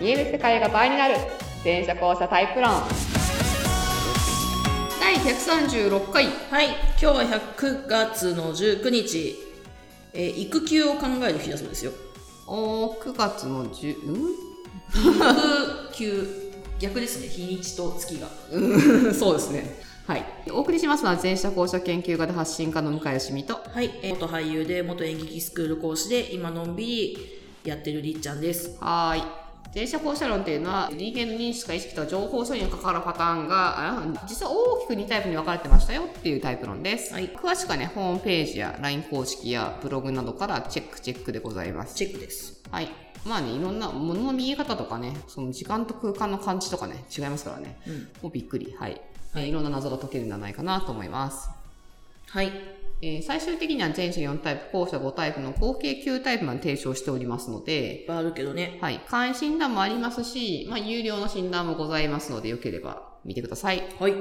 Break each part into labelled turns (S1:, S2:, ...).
S1: 見える世界が倍になる全車交差タイプ論第136回
S2: はい、今日は100月の19日、えー育休を考える日だそうですよ。
S1: おー9月の10
S2: 育休、逆ですね、日にちと月が。
S1: うん そうですねはいお送りしますのは全社交差研究家で発信家の向井しみと
S2: はい、えー元俳優で、元演劇スクール講師で、今のんびりやってるりっちゃんです。
S1: はーい。前者後者論っていうのは人間の認識か意識と情報処理に関わるパターンがあ実は大きく2タイプに分かれてましたよっていうタイプ論です、
S2: はい
S1: 詳しくはねホームページや LINE 公式やブログなどからチェックチェックでございます
S2: チェックです。
S1: はいまあねいろんなものの見え方とかねその時間と空間の感じとかね違いますからね
S2: うん。
S1: もうびっくりはい、、
S2: はいい
S1: いろんな謎が解けるんじゃないかなと思います
S2: はい。
S1: えー最終的には前者4タイプ、後者5タイプの合計9タイプまで提唱しておりますので
S2: い、っぱいあるけどね。
S1: はい。簡易診断もありますし、まあ、有料の診断もございますので、よければ見てください。
S2: はい。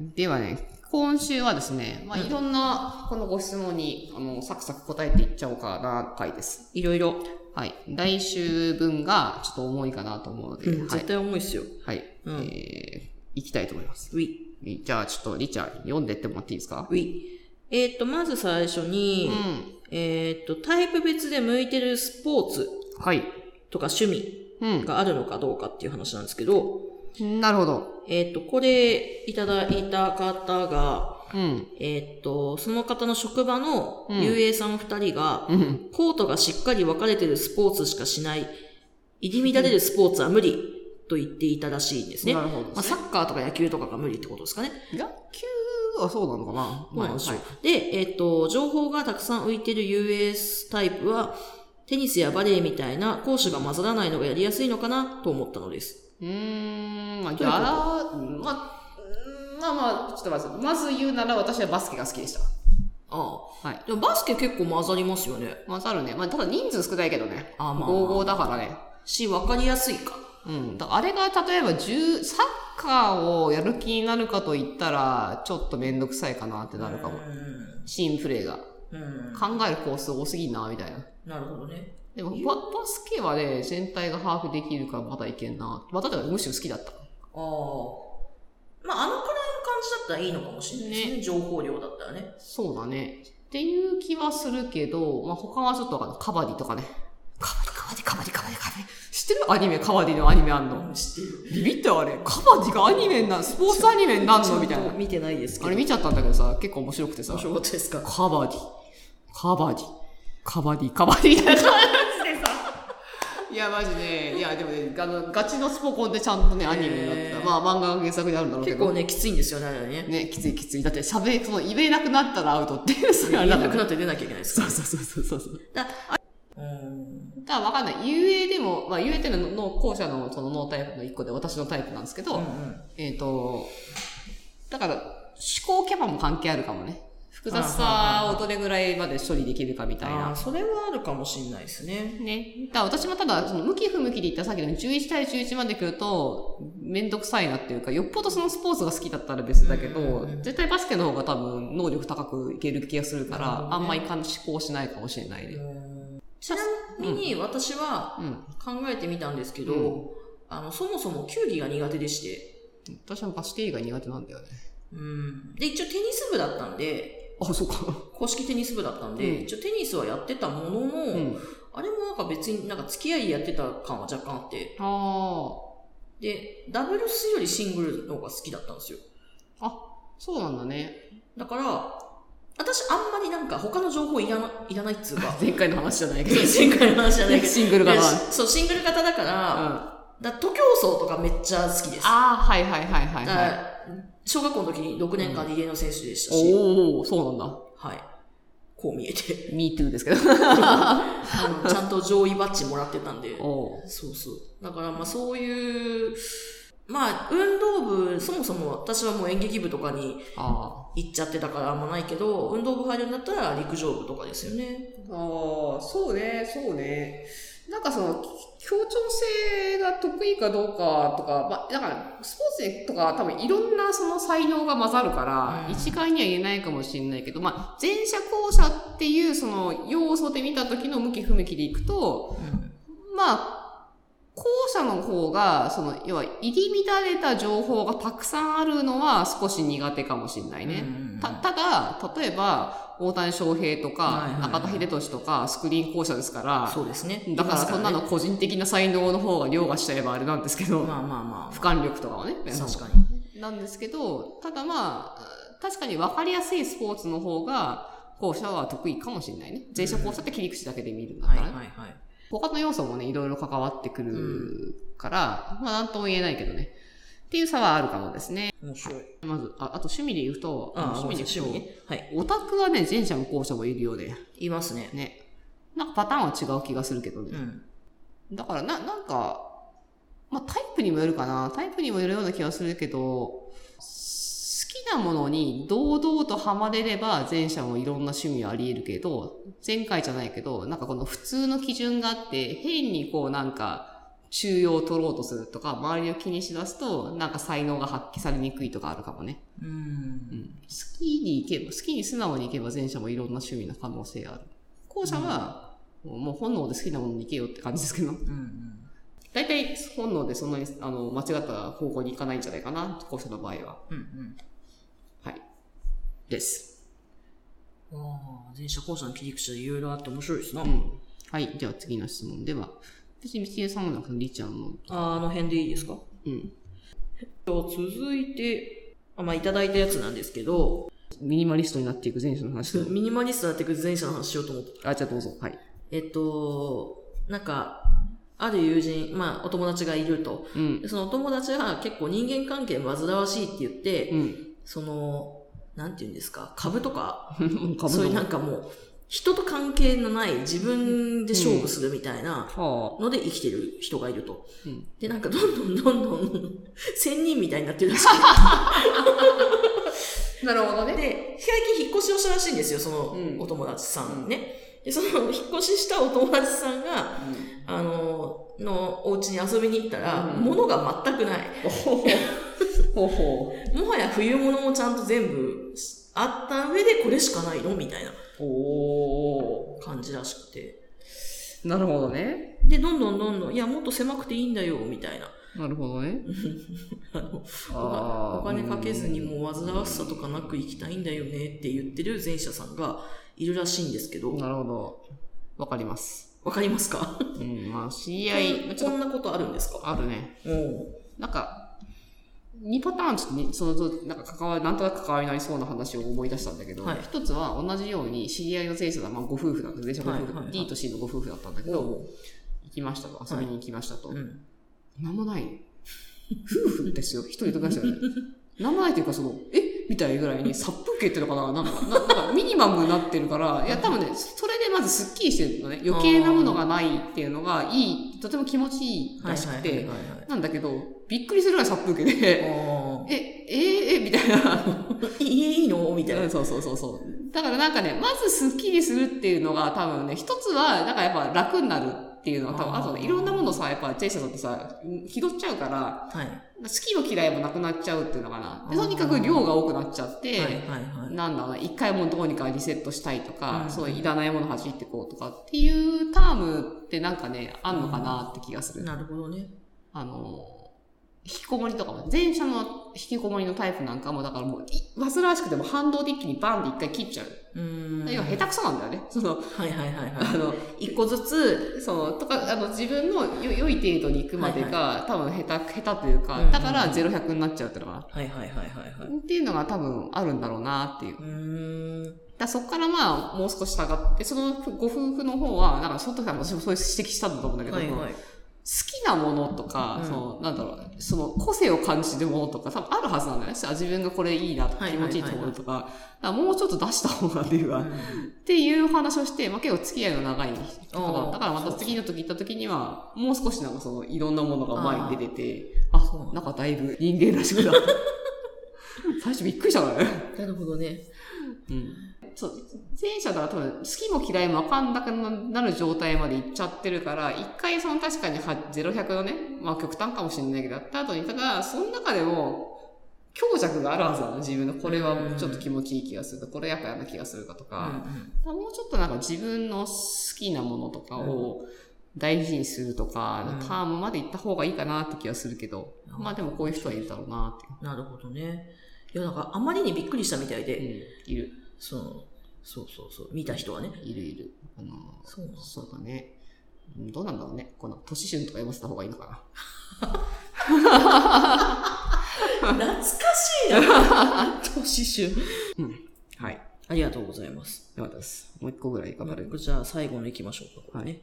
S1: ではね、今週はですね、まあ、
S2: うん
S1: いろんな、このご質問に、あの、サクサク答えていっちゃおうかな、回です。
S2: いろいろ。
S1: はい。来週分が、ちょっと重いかなと思うので、
S2: うん、
S1: は
S2: 絶
S1: い。
S2: 対重いっすよ。
S1: はい。
S2: うん
S1: えー、いきたいと思います。
S2: うい。
S1: じゃあ、ちょっと、リチャー読んでってもらっていいですか
S2: うい。えーっと、まず最初
S1: う
S2: に、
S1: ん。
S2: えーっと、タイプ別で向いてるスポーツ
S1: はい。
S2: とか趣味
S1: うん。
S2: があるのかどうかっていう話なんですけど、
S1: なるほど。
S2: えっ、と、これいただいた方が、
S1: うん。
S2: えっ、と、その方の職場の
S1: うん
S2: 遊泳さん二人が、
S1: うん。
S2: コートがしっかり分かれてるスポーツしかしない、入り乱れるスポーツは無理と言っていたらしいんですね。
S1: な
S2: ま
S1: るほど
S2: あ、。サッカーとか野球とかが無理ってことですかね。
S1: 野球はそうなのかな
S2: そうなんでしょう
S1: はい
S2: で、えっ、と、情報がたくさん浮いてる US タイプは、テニスやバレエみたいな攻守が混ざらないのがやりやすいのかなと思ったのです。
S1: うーん、まあ、ギ
S2: と
S1: ャ
S2: いうこと
S1: ラ、まあ、うんまあまあ、ちょっとまず、まず言うなら私はバスケが好きでした。
S2: あ
S1: はい
S2: あ。。でもバスケ結構混ざりますよね。
S1: まあ、あるね。まあ、ただ人数少ないけどね。
S2: あまあ
S1: 55だからね。
S2: し、分かりやすいか。
S1: うん。だあれが、例えば、10、サッカーをやる気になるかと言ったら、ちょっとめんどくさいかなってなるかも。チームプレーが。
S2: うん。うん。
S1: 考えるコース多すぎんな、みたいな。
S2: なるほどね。
S1: でもバ、バスケはね、全体が把握できるからまだいけんな。まあ、だからむしろ好きだった。
S2: ああ。まあ、あのくらいの感じだったらいいのかもしれないですね。情報量だったらね。
S1: そうだね。っていう気はするけど、まあ、他はちょっとわかんない。カバディとかね。カバディ、カバディ、カバディ、カバディ、カバディ。知ってるアニメ、カバディのアニメあんの。
S2: 知ってる。
S1: ビビったよ、あれ。カバディがアニメになる、スポーツアニメになるのみたいな。
S2: 見てないですけど。
S1: あれ見ちゃったんだけどさ、結構面白くてさ
S2: 面、白かったで すか
S1: カバディ、カバディ、カバディ、カバディみたいな感じでさ。 いや、マジね。いや、でもね、あの、ガチのスポコンでちゃんとね、アニメになってた。
S2: へー
S1: まあ、漫画が原作であるんだろうけ
S2: 結
S1: ど。
S2: 構ね、きついんですよね、あれね。
S1: ね、きついきつい。だって喋、その、言えなくなったらアウトっていう、それあれだから
S2: なくなって出なきゃいけないです
S1: そ
S2: か
S1: うそうそうそうそう。
S2: ら。だあうん。
S1: だからわかんない。遊泳でも、まあ遊泳っていうのはの後者のその脳タイプの一個で私のタイプなんですけど、えっ、と、だから思考キャパも関係あるかもね。複雑さをどれぐらいまで処理できるかみたい
S2: ああ、
S1: な。
S2: それはあるかもしれないですね。
S1: ね。だから私もただ、その向き不向きで言ったさっきの11対11まで来ると、めんどくさいなっていうか、よっぽどそのスポーツが好きだったら別だけど
S2: う、ん
S1: 絶対バスケの方が多分能力高くいける気がするか
S2: なるほど
S1: ら、
S2: ね
S1: あんまり感思考しないかもしれないね。
S2: ちなみに私は
S1: うん。
S2: 考えてみたんですけど、
S1: う
S2: あの、そもそも球技が苦手でして、
S1: 私もバスケ以外苦手なんだよね。
S2: うん。で、一応テニス部だったんで、
S1: あ、そうか。
S2: 公式テニス部だったんで、
S1: うん
S2: 一応テニスはやってたものの、
S1: うん。
S2: あれもなんか別になんか付き合いでやってた感は若干あって、
S1: あ
S2: で、ダブルスよりシングルの方が好きだったんですよ。
S1: あ。あ、そうなんだね。
S2: だから、私あんまりなんか他の情報いらないらないっつ
S1: 、
S2: うか
S1: 前回の話じゃないけ ど。
S2: 前回の話じゃないけど、
S1: シングルがな。
S2: い
S1: うん
S2: や。そう、シングル型だから、
S1: あ
S2: だ徒競走とかめっちゃ好きです。
S1: あ、はいはいはいはい、
S2: だ
S1: はい。
S2: 小学校の時に6年間リレーの選手でしたし、
S1: おおそうなんだ。
S2: はい。こう見え て、
S1: me too ですけど。
S2: あのちゃんと上位バッジもらってたんで、
S1: おー
S2: そうそう。だからまあそういう、まあ運動部、そもそも私はもう演劇部とかに
S1: あ
S2: 行っちゃってたからあんまないけど、運動部入るんだったら陸上部とかですよね。
S1: あ。ああ、そうね、そうね。なんかその、協調性が得意かどうかとか、まあ、だから、スポーツとか多分いろんなその才能が混ざるから、
S2: うん
S1: 一概には言えないかもしれないけど、まあ、前者後者っていうその要素で見た時の向き不向きでいくと、まあ、後者の方が、その、要は、入り乱れた情報がたくさんあるのは少し苦手かもしれないね。た、ただ、例えば、大谷翔平と
S2: はいはい
S1: か
S2: は、い
S1: 中田秀俊とか、スクリーン校舎ですから、
S2: そうですね。
S1: だからそんなの
S2: います
S1: 個人的な才能の方が凌駕しちゃえばあれなんですけ
S2: らね
S1: ど、
S2: まあまあまあ。
S1: 俯瞰力とかはね。
S2: 確かに。
S1: なんですけど、ただまあ、確かに分かりやすいスポーツの方が、校舎は得意かもしれないね。前者校舎って切り口だけで見るんだか
S2: はい
S1: ら
S2: は
S1: ね
S2: い。はい。
S1: 他の要素もね、いろいろ関わってくるから、まあなんとも言えないけどね。っていう差はあるかもですね。
S2: 面白い。
S1: まず、ああと趣味で言うと、あの趣味で
S2: 趣
S1: 趣味
S2: 味
S1: ね。
S2: はい。
S1: オタクはね、前者も後者もいるようで、
S2: いますね。
S1: ね。なんかパターンは違う気がするけど
S2: う
S1: ね。
S2: ん。
S1: だからな、なんか、まあタイプにもよるかな。タイプにもよるような気がするけど、好きなものに堂々とハマれれば前者もいろんな趣味はあり得るけど、前回じゃないけど、なんかこの普通の基準があって、変にこうなんか中央を取ろうとするとか、周りを気にしだすと、なんか才能が発揮されにくいとかあるかもね。
S2: う。
S1: うんん。好きに行けば、好きに素直に行けば前者もいろんな趣味の可能性ある。後者は、もう本能で好きなものに行けよって感じですけど。
S2: うんうん。
S1: 大体本能でそんなにあの間違った方向に行かないんじゃないかな、後者の場合は。
S2: うんうん。
S1: はい。です。
S2: ああ、前者後者の切り口でいろいろあって面白いですな。
S1: うん。はい。では次の質問では、別にみちえさんもなくてもりっちゃんの。
S2: あの辺でいいですか
S1: うん。
S2: じゃあ続いて、あまあ、いただいたやつなんですけど、
S1: ミニマリストになっていく前者の話と。
S2: ミニマリストになってくる前者の話しようと思って。
S1: あ、じゃあどうぞ。はい。
S2: えっと、なんか、ある友人、まあ、お友達がいると。
S1: うん。
S2: でそのお友達が結構人間関係煩わしいって言って、
S1: うん。
S2: その、なんて言うんですか、株とか、
S1: か
S2: そういうなん
S1: は
S2: かもう、人と関係のない自分で勝負するみたいな
S1: あ。
S2: ので生きてる人がいると。
S1: うん
S2: で、なんかどんどんどんどん、仙人みたいになってるらし
S1: なるほど
S2: くて。。で、最近引っ越しをしたらしいんですよ、その
S1: うん
S2: お友達さんね。で、その 引っ越ししたお友達さんが、あの、のお家に遊びに行ったら、
S1: うん
S2: 物が全くない。
S1: ほ ほほほ
S2: もはや冬物もちゃんと全部あった上でこれしかないのみたいな
S1: お
S2: 感じらしくて。
S1: ー。なるほどね。
S2: で、どんどんどんどん、いや、もっと狭くていいんだよ、みたいな。
S1: なるほど ね。
S2: あの
S1: あー
S2: お金かけずにもう煩わしさとかなく行きたいんだよねって言ってる前者さんがいるらしいんですけど、
S1: なるほど。わかります。
S2: わかりますか
S1: うん。まあ、知り合い、まあち
S2: こ
S1: ょっ
S2: んなことあるんです
S1: と
S2: か
S1: あるね。
S2: うん。
S1: なんか、2パターン、ちょっとにその、なんか関わり、なんとなく関わりになりそうな話を思い出したんだけど、
S2: はい
S1: 一、つは同じように知り合いの前者だ、まあご夫婦だった、前者ご夫婦、
S2: はいはいはい
S1: D と C のご夫婦だったんだけど、行きましたと、遊びに行きましたと。
S2: うん。
S1: なんもない。夫婦ですよ、一人と暮らしだよね。なんもないというか、その、えみたいなぐらいに殺風景っていうのかななんか、ななんかミニマムになってるから、いや、多分ね、それでまずスッキリしてるのね。余計なものがないっていうのが、いい、とても気持ちいい
S2: はい
S1: らし
S2: は
S1: く
S2: い
S1: て、
S2: はいはい
S1: なんだけど、びっくりするぐらい殺風景で、
S2: はい。
S1: え、えーえ、みたいな。
S2: あーいいいいのみたいな。
S1: うんそうそうそうそう。だからなんかね、まずスッキリするっていうのが多分ね、一つは、なんかやっぱ楽になるっていうのは多分、
S2: あ
S1: あ
S2: ー
S1: とね、いろんなものさ、やっぱチェイサーだってさ、拾っちゃうから、
S2: はい。は
S1: 好きも嫌いもなくなっちゃうっていうのかな。で
S2: あー
S1: とにかく量が多くなっちゃって、
S2: いはいはい。
S1: なんだろうな、一回もうどうにかリセットしたいとか、
S2: うん
S1: そういらないもの弾いてこうとかっていうタームってなんかね、あんのかなって気がする。
S2: なるほどね。
S1: あの、引きこもりとかも、前者の引きこもりのタイプなんかも、だからもう、い煩わしくても反動で一気にバンって一回切っちゃう。
S2: うーん。
S1: 要は下手くそなんだ よね。その、
S2: はいはいはい
S1: あ
S2: は
S1: の、一個ずつ、その、とか、あの、自分のよ良い程度に行くまでが、多分下手、下手という
S2: うんうんう
S1: か、
S2: ん
S1: だから0、100になっちゃうっていうのが、
S2: い。はいはいはいはいはい。
S1: っていうのが多分あるんだろうなっていう。
S2: うーん。
S1: だからそこからまあ、もう少し下がって、そのご夫婦の方は、なんか、外さんもそういう指摘したんだと思うんだけど、
S2: はいはい。
S1: 好きなものとか、
S2: うん
S1: そのなんだろうその個性を感じるものとか多分あるはずなんだよねあ自分がこれいいなとか
S2: はい
S1: 気
S2: はいは
S1: 持
S2: い
S1: ちいいと思うとか,、もうちょっと出した方がっていうか、
S2: う
S1: っ
S2: ん
S1: ていう話をして、まあ、結構付き合いの長い方
S2: あ
S1: だ
S2: ー
S1: だからまた次の時行った時にはもう少しなんかそのいろんなものが前に出てて
S2: そうなん
S1: あ
S2: だ
S1: なんかだいぶ人間らしくなった 最初びっくりしたからね
S2: なるほどね。
S1: そう前者だら多分好きも嫌いも分かんなくなる状態まで行っちゃってるから一回その確かには0100のねまあ極端かもしれないけどやった後にただその中でも強弱があるはずなの自分のこれはちょっと気持ちいい気がするとこれやっぱ嫌な気がするかとか,、
S2: うんうん
S1: もうちょっとなんか自分の好きなものとかを大事にするとか、
S2: うん
S1: タームまで行った方がいいかなって気はするけど、
S2: うん
S1: まあでもこういう人はいるだろうなっ
S2: なるほどね。いや、なんか、あまりにびっくりしたみたい
S1: て。う
S2: で、
S1: ん、いる、
S2: その、そうそうそう、見た人はね。
S1: いるいる。あの、
S2: そうなんだ
S1: そうだね。うんどうなんだろうね。この、都市春とか読ませた方がいいのかな。
S2: 懐かしいな年春。
S1: はい。
S2: ありがとうございます。
S1: よかったです。もう一個ぐらい頑張る。
S2: じゃあ、最後の行きましょうか、これね。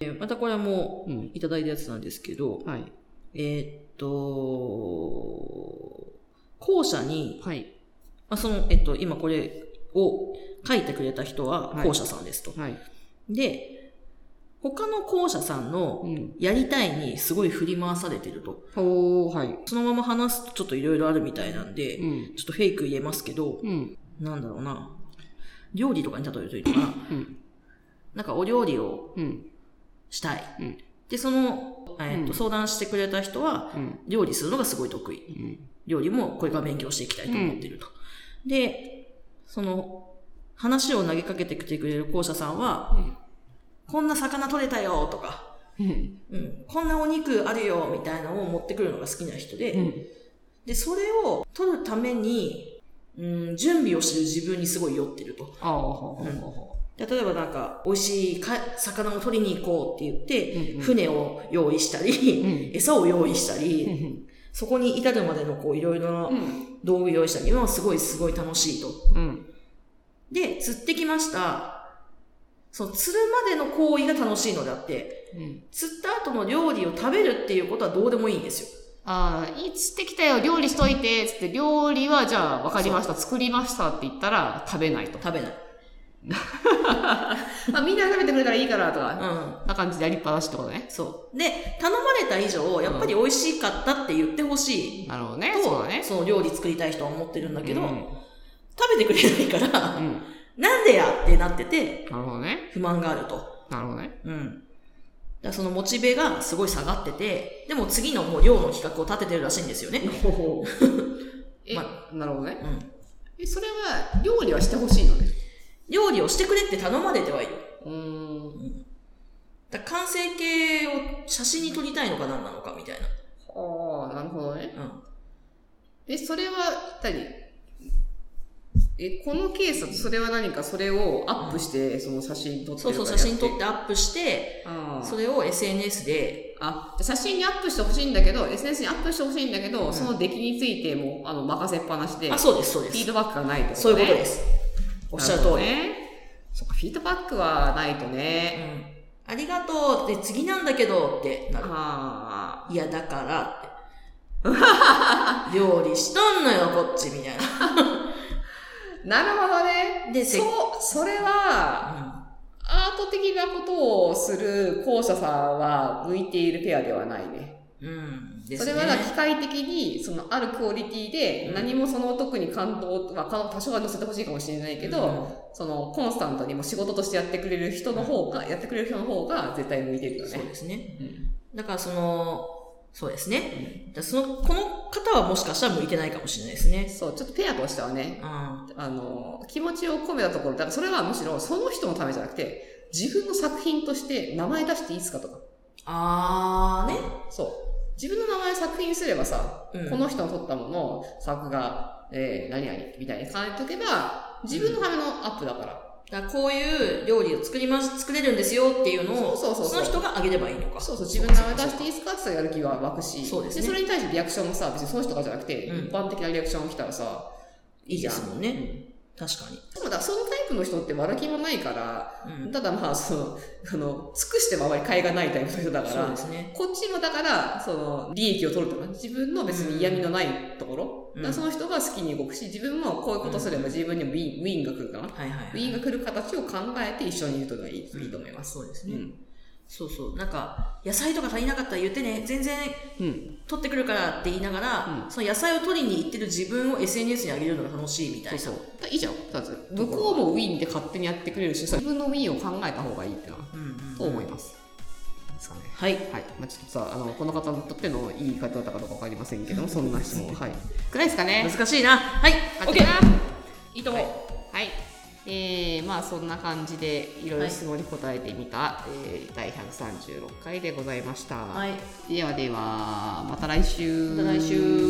S2: えーまたこれも、
S1: うん。
S2: いただいたやつなんですけど、
S1: はい。
S2: えーっと、後者に、
S1: はい。
S2: まあ、その、えっと、今これを書いてくれた人は
S1: はい
S2: 後者さんですと。
S1: はい。
S2: で、他の後者さんの
S1: うん。
S2: やりたいにすごい振り回されてると。
S1: おー、はい。
S2: そのまま話すとちょっといろいろあるみたいなんで、
S1: うん。
S2: ちょっとフェイク入れますけど、
S1: うん。
S2: なんだろうな。料理とかに例えるといいのかな。
S1: うん。
S2: なんかお料理を
S1: うん。
S2: したい。
S1: うん
S2: で、その、えーっと
S1: うん
S2: 相談してくれた人は、
S1: うん。
S2: 料理するのがすごい得意。
S1: うん。
S2: 料理もこれから勉強していきたいと思っていると。で、その、話を投げかけてきてくれる校舎さんは、こんな魚取れたよとか、
S1: うん。
S2: うん、こんなお肉あるよみたいなのを持ってくるのが好きな人で、
S1: うん。
S2: で、それを取るために、うん、準備をしてる自分にすごい酔ってると。
S1: ああ、ほうほうほうほ
S2: で例えばなんか、美味しいか魚を取りに行こうって言って、
S1: うんうん
S2: 船を用意したり、
S1: う。うん。
S2: 餌を用意したり、
S1: うん。
S2: そこに至るまでのこういろいろ
S1: う。
S2: なん道具用意したりはすごいすごい楽しいと。
S1: うん。
S2: で、釣ってきました。その釣るまでの行為が楽しいのであって、
S1: うん。
S2: 釣った後の料理を食べるっていうことはどうでもいいんですよ。
S1: ああ、いつってきたよ、料理しといて、つって、料理はじゃあ、わかりました、作りましたって言ったら、食べないと。
S2: 食べない。
S1: あ、みんな食べてくれたらいいから、と
S2: う
S1: か、
S2: ん。
S1: な感じでやりっぱなしってことね。
S2: そう。で、頼まれた以上、やっぱり美味しかったって言ってほしい。
S1: なるほどね。そうだね。
S2: その料理作りたい人は思ってるんだけど、
S1: うん。
S2: 食べてくれないか
S1: う
S2: ら、
S1: ん
S2: なんでやってなってて、
S1: なるほどね。
S2: 不満があると。
S1: なるほどね。
S2: うん。だからそのモチベがすごい下がってて、でも次のもう量の企画を立ててるらしいんですよね。
S1: ほほ え、
S2: ま
S1: なるほどね。
S2: うん。
S1: え、それは、料理はしてほしいのね。
S2: 料理をしてくれって頼まれてはいる。
S1: うーん。
S2: だから完成形を写真に撮りたいのか何なのかみたい
S1: ああ、なるほどね。
S2: な。うん。
S1: え、それは、何え、このケースだとそれは何か、それをアップして、その写真撮って
S2: そうそう、写真撮ってアップして、
S1: あ
S2: それを SNS で、
S1: あ、写真にアップしてほしいんだけど、SNS にアップしてほしいんだけど、その出来についてもう、あの、任せっぱなしで、フ
S2: あ、
S1: ィ
S2: そうです、そうで
S1: ー
S2: す。
S1: ドバックがないってこと
S2: そう
S1: ね。
S2: いうことです。おっしゃる通り。
S1: なほどね。そっか、フィードバックはないとね。
S2: うん。ありがとうって次なんだけどってなる。
S1: あ
S2: いや、だからって。料理しとんのよ、こっちみ たいな。
S1: あ、なるほどね。
S2: で、せ
S1: そう
S2: う、
S1: それは、
S2: ん。
S1: アート的なことをする校舎さんは向いているペアではないね。
S2: うん。です
S1: そ
S2: ね
S1: れはなんか機械的に、そのあるクオリティで
S2: う、ん
S1: 何もその特に感動、まあか、多少は乗せてほしいかもしれないけど、そのコンスタントにもう仕事としてやってくれる人の方が、やってくれる人の方が絶対向いてる
S2: う
S1: よ
S2: んそう
S1: ね。
S2: ですね。
S1: うん
S2: だからその、そうですね。だからその、この方はもしかしたら向いてないかもしれないですね。
S1: そう、ちょっとペアとしてはね、
S2: うん。
S1: あの、気持ちを込めたところ、だからそれはむしろその人のためじゃなくて、自分の作品として名前出していいですかとか。
S2: あーね。
S1: そう。自分の名前作品すればさ、
S2: うん
S1: この人の撮ったものを作画、えー、何々みたいに書いておけば、自分のためのアップだから。
S2: だからこういう料理を作ります、作れるんですよっていうのを、
S1: そうそうそうそう
S2: の人があげればいいのか。
S1: そうそう、自分の名前出していいですかって言ったらやる気は湧くし、
S2: そうですね
S1: それに対してリアクションもさ、別にその人がじゃなくて、
S2: うん
S1: 一般的なリアクションが来たらさ、
S2: いいですもん
S1: う
S2: ね。
S1: ん、
S2: 確かに。
S1: でもだからそのタイプの人って悪気もないから、
S2: うん。
S1: ただまあ、その、あの、尽くしてもあまり替えがないタイプの人だか
S2: そうで
S1: ら、
S2: すね。
S1: こっちもだから、その、利益を取るとか、自分の別に嫌味のないところ、
S2: うん
S1: だからその人が好きに動くし、自分もこういうことすれば自分にもウィンウィンが来るから、
S2: はいはい、
S1: ウィンが来る形を考えて一緒にいるというのがいい,、
S2: うん
S1: いいと思います。
S2: そうです
S1: う
S2: ね、
S1: ん。
S2: そうそう。なんか、野菜とか足りなかったら言ってね、全然
S1: うん。
S2: 取ってくるからって言いながら、
S1: うん
S2: その野菜を取りに行ってる自分を SNS に上げるのが楽しいみたい
S1: そう
S2: な。
S1: そう。だからいいじゃん。だって向こうもウィンで勝手にやってくれるし、自分のウィンを考えた方がいいってな、
S2: うん
S1: と
S2: うん。
S1: 思います。ですかね。
S2: はい。
S1: はい。まあちょっとさ、あの、この方にとってのいい方だったかどうかわかりませんけども、そんな質問。はい。くらいですかね。
S2: 難しいな。はい。
S1: あ
S2: OK!
S1: とない
S2: いと思う。
S1: はい。
S2: え
S1: えー、まあそんな感じでいろいろ質問に答えてみた、えー第136回でございました、
S2: はい。
S1: ではではまた来週
S2: また来週。